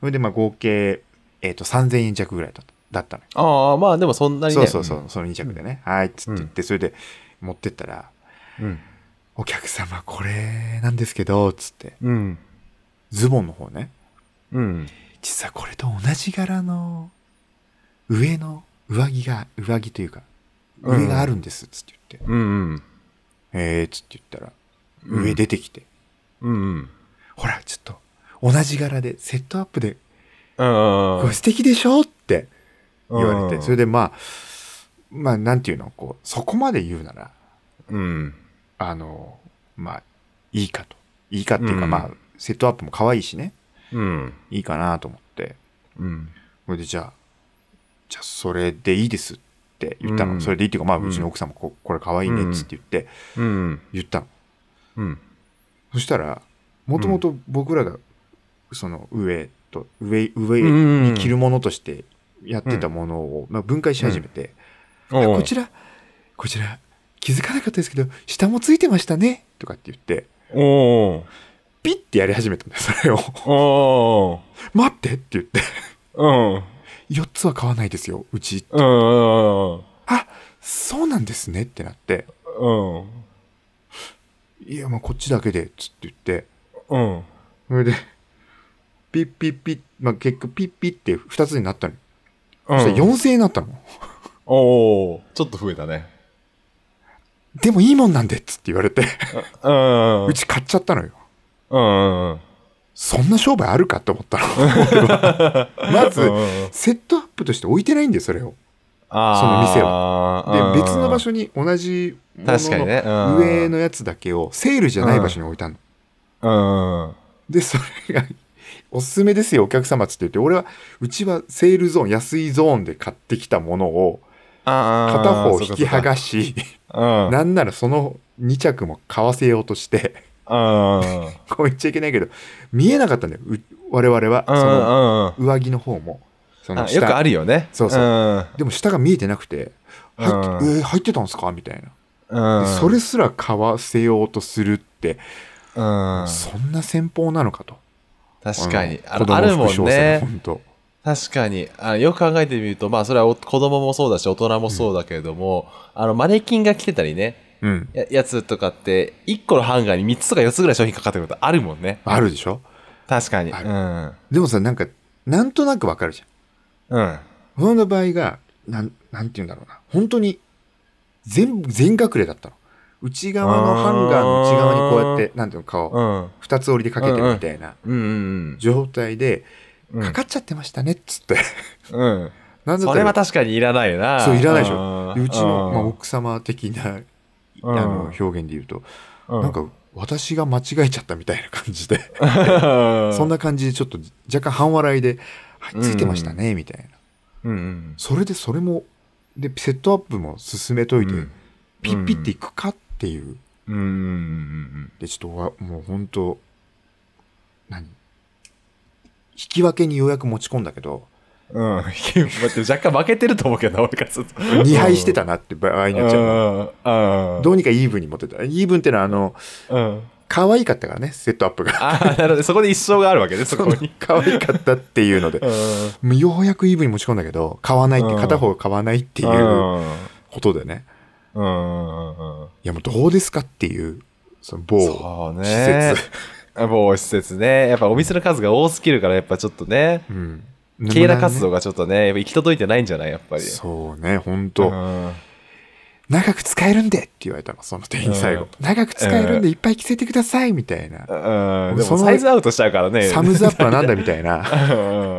Speaker 2: それで、まあ、合計、えっ、と、3000円弱ぐらいだっただったのよ。
Speaker 1: ああ、まあでもそんなに
Speaker 2: そ
Speaker 1: ね。
Speaker 2: うそうそう、その2着でね、はいっつって言って、それで持ってったら、
Speaker 1: うん。
Speaker 2: お客様これなんですけど、つって、
Speaker 1: うん。
Speaker 2: ズボンの方ね、
Speaker 1: うん。
Speaker 2: 実はこれと同じ柄の上の上着が、上着というか、
Speaker 1: うん
Speaker 2: 上があるんです、つって言って、
Speaker 1: うんうん。
Speaker 2: えー、つって言ったら、
Speaker 1: うん
Speaker 2: 上出てきて、
Speaker 1: うんうん。
Speaker 2: ほら、ちょっと、同じ柄で、セットアップで、
Speaker 1: うん
Speaker 2: これ素敵でしょって言われ
Speaker 1: う
Speaker 2: て、
Speaker 1: ん
Speaker 2: それでまあ、まあ、なんていうの、こう、そこまで言うなら、
Speaker 1: うん。
Speaker 2: あの、まあ、いいかと。いいかっていうか、
Speaker 1: うん
Speaker 2: まあ、セットアップも可愛いしね、
Speaker 1: うん。
Speaker 2: いいかなと思って、
Speaker 1: うん。
Speaker 2: それでじゃあ、じゃあそれでいいですって言ったの。
Speaker 1: うん
Speaker 2: それでいいっていうか、まあ、
Speaker 1: うん
Speaker 2: うちの奥さんもここれ可愛いねっつって言って、
Speaker 1: うん。
Speaker 2: 言ったの。
Speaker 1: うん。
Speaker 2: そしたら、もともと僕らが、その上と、上、上
Speaker 1: うん
Speaker 2: に着るものとしてやってたものを、まあ、分解し始めて、あ
Speaker 1: こ
Speaker 2: こちら、こちら、気づかなかったですけど、下もついてましたね、とかって言って、
Speaker 1: お
Speaker 2: ピッてやり始めたんだよ、それを。
Speaker 1: おお
Speaker 2: 待ってって言って、
Speaker 1: うん。うん
Speaker 2: 4つは買わないですよ、うち。
Speaker 1: うん。
Speaker 2: あ、そうなんですねってなって、
Speaker 1: うん。
Speaker 2: いや、まあこっちだけで、つって言って、
Speaker 1: うん。
Speaker 2: それで、ピッピッピッ、まあ結局ピッピッって2つになったのよ。
Speaker 1: う
Speaker 2: そ
Speaker 1: ん
Speaker 2: したら4000円になったの。
Speaker 1: おおちょっと増えたね。
Speaker 2: でもいいもんなんで、つって言われて、
Speaker 1: うん。
Speaker 2: うち買っちゃったのよ。
Speaker 1: うん。うん。
Speaker 2: そんな商売あるかって思ったの。俺は
Speaker 1: [laughs]
Speaker 2: まず、セットアップとして置いてないんだよ、それを。その店
Speaker 1: は
Speaker 2: で、別の場
Speaker 1: 所
Speaker 2: 所に同じもの
Speaker 1: 確かにね。
Speaker 2: の上の
Speaker 1: 上
Speaker 2: やつだけを、セールじゃない場所に置いたの。
Speaker 1: の。
Speaker 2: で、それが、おすすめですよ、お客様っつって言って、俺は、うちはセールゾーン、安いゾーンで買ってきたものを、片
Speaker 1: 片
Speaker 2: 方引き剥が
Speaker 1: し。
Speaker 2: し、
Speaker 1: うん。
Speaker 2: [laughs] なんならその2着も買わせようとして、 [laughs]
Speaker 1: うん。
Speaker 2: こう言っちゃいけないけど、見えなかったんだよ、う我々は。
Speaker 1: うん
Speaker 2: その
Speaker 1: うん
Speaker 2: 上着の方も。その
Speaker 1: あよくあるよね。
Speaker 2: そうそうんでも下が見えてなくて、入っ
Speaker 1: う
Speaker 2: えー入ってたんですかみたいな。
Speaker 1: うん。
Speaker 2: でそれすら買わせようとするって、
Speaker 1: うん。
Speaker 2: そんな戦法なのかと。
Speaker 1: 確かに。
Speaker 2: あ
Speaker 1: あ
Speaker 2: の
Speaker 1: のあるも
Speaker 2: 子供服
Speaker 1: ん
Speaker 2: 商戦
Speaker 1: ね。
Speaker 2: 本当
Speaker 1: 確かにあよく考えてみると、まあ、それはお子供もそうだし、大人もそうだけれども、あのマネキンが着てたりね、
Speaker 2: うん。
Speaker 1: ややつとかって、1個のハンガーに3つとか4つぐらい商品かかってることあるもんね。
Speaker 2: あるでしょ
Speaker 1: 確かに。う
Speaker 2: あ
Speaker 1: ん。
Speaker 2: でもさ、なんか、なんとなくわかるじゃん。
Speaker 1: うん。
Speaker 2: その場合が、なん、なんて言うんだろうな。本当に、全、全隠れだったの。内側のハンガーの内側にこうやって、なんていうの、
Speaker 1: う
Speaker 2: 顔、
Speaker 1: ん。
Speaker 2: 二つ折りでかけてるみたいな
Speaker 1: うんうん
Speaker 2: 状態で、
Speaker 1: うん。
Speaker 2: かかっちゃってましたね、っつ
Speaker 1: [laughs]
Speaker 2: って。
Speaker 1: うん。
Speaker 2: なんだ
Speaker 1: そ
Speaker 2: っ
Speaker 1: れは
Speaker 2: たら、
Speaker 1: 確かにいらないよな。
Speaker 2: そういらないでし
Speaker 1: ょ
Speaker 2: でうちの、まあ、奥様的な、あ
Speaker 1: うん
Speaker 2: の、表現で言うと、なん、
Speaker 1: [laughs]
Speaker 2: か、私が間違えちゃったみたいな感じで、そん
Speaker 1: な、
Speaker 2: な感じでちょっと若干半笑いで、はい、ついてましたね、みたいな。
Speaker 1: うんうん。
Speaker 2: それでそれも、で、セットアップも進めといて、
Speaker 1: うん
Speaker 2: ピッピッていくかっていう。
Speaker 1: うんうんうん
Speaker 2: で、ちょっとわ、もう本当何引き分けにようやく持ち込んだけど、
Speaker 1: うん。うん。待って、若干負けてると思うけどな、俺からすると。
Speaker 2: 2敗してたなって場合になっちゃうの。
Speaker 1: うんうん
Speaker 2: どうにかイーブンに持ってた。イーブンってのは、あの、
Speaker 1: うん。
Speaker 2: 可愛かったからね、セットアップが。
Speaker 1: ああ、なるほど。そこで一生があるわけ [laughs]
Speaker 2: [laughs]
Speaker 1: ね、そこに。
Speaker 2: 可愛かったっていうので。
Speaker 1: っ
Speaker 2: もうようやくイーブンに持ち込んだけど、買わないって、
Speaker 1: うん
Speaker 2: 片方買わないっ
Speaker 1: て
Speaker 2: ていうことでね。
Speaker 1: うん。
Speaker 2: いや、もうどうですかっていう、その某
Speaker 1: そう
Speaker 2: 施
Speaker 1: ね
Speaker 2: 設。。
Speaker 1: もう施設ね。やっぱお店の数が多すぎるから、やっぱちょっとね。
Speaker 2: うん。
Speaker 1: 経済活動がちょっとね、やっぱ行き届いてないんじゃないやっぱり。
Speaker 2: そうね、本
Speaker 1: う
Speaker 2: 当、
Speaker 1: ん
Speaker 2: 長く使えるんでって言われたの、その店員最後。長く使えるんでいっぱい着せてくださいみたいな。
Speaker 1: うん。で
Speaker 2: そ
Speaker 1: も
Speaker 2: の
Speaker 1: サイズアウトし [laughs] ちゃうからね。
Speaker 2: サムズアップはなんだみたいな。
Speaker 1: [laughs] う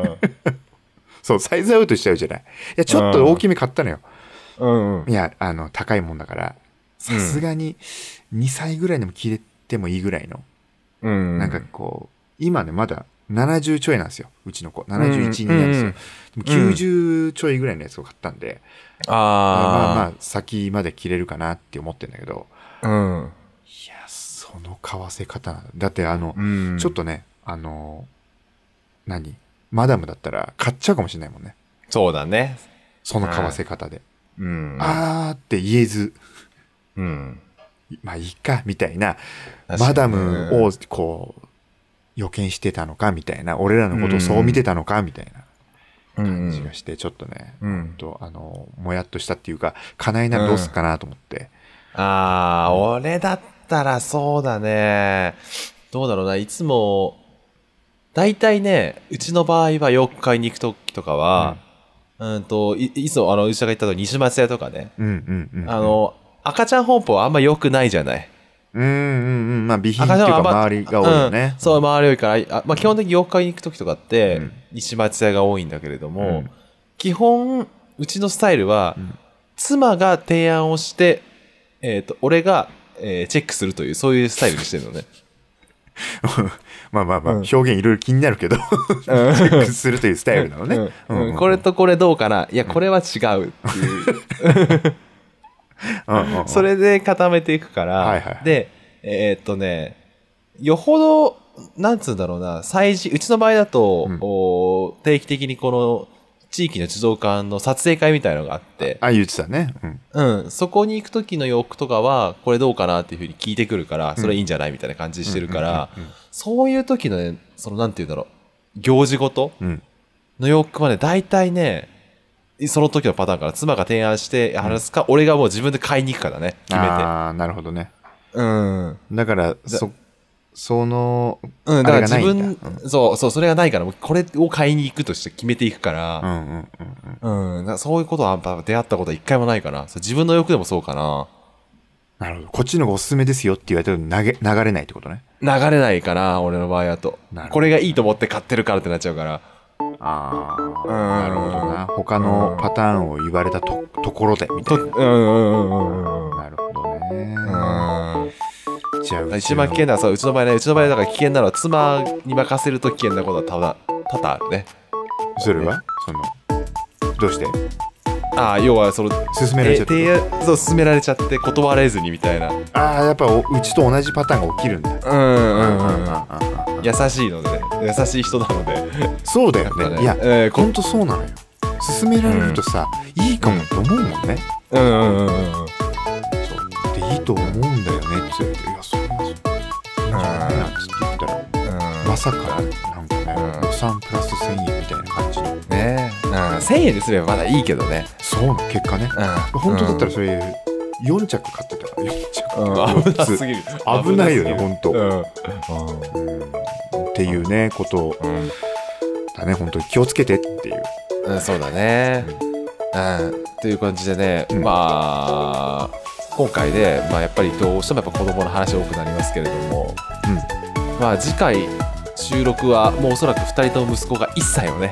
Speaker 1: ん
Speaker 2: そう、サイズアウトしちゃうじゃない。いや、ちょっと大きめ買ったのよ。
Speaker 1: うんうん
Speaker 2: いや、あの、高いもんだから、さすがに2歳ぐらいでも着れてもいいぐらいの、
Speaker 1: うん。
Speaker 2: なんかこう、今ね、まだ70ちょいなんですよ。うちの子。71、
Speaker 1: うん
Speaker 2: 2なんですよ。でも
Speaker 1: うん
Speaker 2: 90ちょいぐらいのやつを買ったんで、まあま
Speaker 1: あ
Speaker 2: あ、先まで着れるかなって思ってんだけど、
Speaker 1: あ。うん。
Speaker 2: いや、その買わせ方なんだ。だって、あの、
Speaker 1: うん
Speaker 2: ちょっとね、あの、何マダムだったら買っちゃうかもしれないもんね。
Speaker 1: そうだね。
Speaker 2: その買わせ方で。
Speaker 1: うん。
Speaker 2: あーって言えず、
Speaker 1: うん。
Speaker 2: まあいいか、みたいな、
Speaker 1: 確かに
Speaker 2: マダムをこう、予見してたのか、みたいな、俺らのことをそう見てたのか、みたいな
Speaker 1: うんう
Speaker 2: 感じ
Speaker 1: ん
Speaker 2: がして、ちょっとね、
Speaker 1: うん。
Speaker 2: と、あの、もやっとしたっていうか、叶えならどうすっかなと思って。
Speaker 1: ああ、俺だったらそうだね。どうだろうな、いつも、大体ね、うちの場合は洋服買いに行くときとかは、うん、とい、いつも、あの、うちらが行ったと西松屋とかね、
Speaker 2: うんうんうん。
Speaker 1: あ、の、赤ちゃん本舗はあんま良くないじゃない。
Speaker 2: うんうんうん。まあ、備品って
Speaker 1: 赤
Speaker 2: いう
Speaker 1: ちゃんは
Speaker 2: か
Speaker 1: あんま、
Speaker 2: 周りが多いよね
Speaker 1: うん。そう、周り多いから、あまあ、基本的に洋服買いに行くときとかって、
Speaker 2: うん
Speaker 1: 西松屋が多いんだけれども、
Speaker 2: うん
Speaker 1: 基本、うちのスタイルは、
Speaker 2: うん
Speaker 1: 妻が提案をして、えっ、と、俺が、えーチェックするという、そういうスタイルにしてるのね。
Speaker 2: まあまあまあ、
Speaker 1: うん
Speaker 2: 表現いろいろ気になるけど、チェックするという [laughs] スタイルなのね。
Speaker 1: う
Speaker 2: うんん
Speaker 1: うんこれ、とこれどうかないや、これは違うっていう。
Speaker 2: うんうん
Speaker 1: そ、れで固めていくから、
Speaker 2: はいはいはい
Speaker 1: で、えーっとね、よほど、なんつうんだろうな、催事、うちの場合だと、
Speaker 2: うん
Speaker 1: お定期的にこの地域の児童館の撮影会みたいのがあって、
Speaker 2: あ、言ってたね。うん。
Speaker 1: うん、そこに行く時の洋服とかは、これどうかなっていうふうに聞いてくるから、それいいんじゃないみたいな感じしてるから、そういう時のね、そのなんていうんだろう、行事ごと
Speaker 2: うん。
Speaker 1: の洋服はね、大体ね、その時のパターンから妻が提案して話すか、俺がもう自分で買いに行くからね、決めて。
Speaker 2: ああ、なるほどね。
Speaker 1: うん。
Speaker 2: だから、
Speaker 1: だ
Speaker 2: そ、その、
Speaker 1: うん、だから
Speaker 2: あ
Speaker 1: 自
Speaker 2: れがないん
Speaker 1: 分
Speaker 2: だ、
Speaker 1: そうそう、それがないから、もうこれを買いに行くとして決めていくか
Speaker 2: うん
Speaker 1: ら、
Speaker 2: うんうんうん。
Speaker 1: うん、だからそういうことは、やっぱ出会ったことは一回もないかな。そう自分の欲でもそうかな。
Speaker 2: なるほど。こっちの方がおすすめですよって言われたら投げ、流れないってことね。
Speaker 1: 流れないかな、俺の場合だと
Speaker 2: なるほ。ど
Speaker 1: これがいいと思って買ってるからってなっちゃうから。
Speaker 2: ああ、
Speaker 1: うん
Speaker 2: なるほどな。他のパターンを言われたとところで、みた
Speaker 1: と、
Speaker 2: いう
Speaker 1: ん
Speaker 2: な。
Speaker 1: うんうんうんうんうん。
Speaker 2: なるほどね。
Speaker 1: う
Speaker 2: じゃあ、
Speaker 1: ん。
Speaker 2: うち
Speaker 1: 一
Speaker 2: の
Speaker 1: 番危険なのはさ、うちの場合ね、うちの場合だから危険なのは、妻に任せると危険なことはただ、多々あるね。
Speaker 2: それはその、どうして
Speaker 1: ああ、要は、その、
Speaker 2: 進められ
Speaker 1: え
Speaker 2: ちゃったこと
Speaker 1: 提案、そう、勧められちゃって断れずにみたいな。うん
Speaker 2: ああ、やっぱおうちと同じパターンが起きるんだ。
Speaker 1: うんうんうん。
Speaker 2: うんうん
Speaker 1: 優しいので、ね、優しい人なので。
Speaker 2: そうだよね。いや、
Speaker 1: えー、
Speaker 2: ほ
Speaker 1: こ
Speaker 2: んとそうなのよ。勧められるとさ、いいかもと思うもんね。
Speaker 1: うんうんうんうんうん。
Speaker 2: そう。で、いいと思うんだよねって言われて、いや、そうなんですよ。いいんじゃないなんつって言ったら、まさか、なんかね、
Speaker 1: うん
Speaker 2: 予算プラス1000円みたいな感じの。
Speaker 1: ねえ、うん、1000円ですればまだいいけどね。
Speaker 2: そうなの、結果ね。
Speaker 1: うん
Speaker 2: 本当だったらそれ、4着買ってたから、4着。
Speaker 1: うん、危なすぎる。
Speaker 2: 危ないよね、ほんと。
Speaker 1: う
Speaker 2: っていうね、ことを
Speaker 1: ん。
Speaker 2: だね、本当に気をつけてっていう。
Speaker 1: うん、そうだね。うん。という感じでね、
Speaker 2: うん
Speaker 1: まあ、今回で、まあ、やっぱりどうしてもやっぱ子供の話多くなりますけれども、まあ、次回収録は、もうおそらく2人とも息子が1歳をね、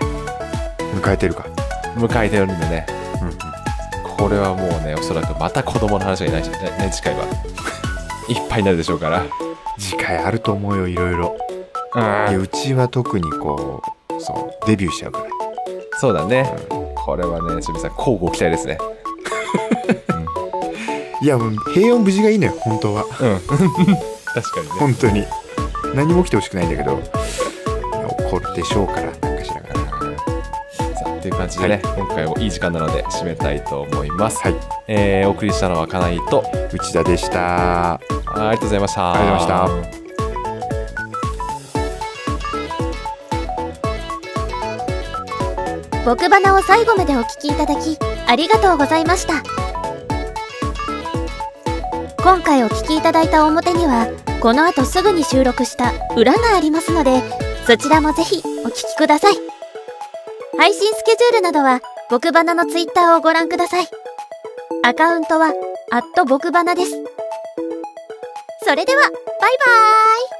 Speaker 2: うん。迎えてるか。
Speaker 1: 迎えてるんでね。
Speaker 2: うんうん。
Speaker 1: これはもうねおそらくまた子供の話がいないし、ね、ね次回
Speaker 2: [laughs]
Speaker 1: はいっぱいになるでしょうから
Speaker 2: 次回あると思うよ、いろいろ。いやうちは特にこうそうデビューしちゃうから
Speaker 1: そうだね、これはね清水さん交互期待ですね
Speaker 2: いやもう平穏無事がいいのよ本当は
Speaker 1: うん確かにね
Speaker 2: 本当に何も起きてほしくないんだけどいや起こるでしょうからなんかしらから
Speaker 1: さあという感じでね、今回もいい時間なので締めたいと思います、
Speaker 2: はい
Speaker 1: えーお送りしたのはかなりと
Speaker 2: 内田でした
Speaker 1: ありがとうございました
Speaker 2: ありがとうございました
Speaker 3: 僕花を最後までお聞きいただきありがとうございました今回お聞きいただいた表にはこの後すぐに収録した裏がありますのでそちらもぜひお聞きください配信スケジュールなどは、僕バナのツイッターをご覧ください。アカウントは、アット僕バナです。それでは、バイバーイ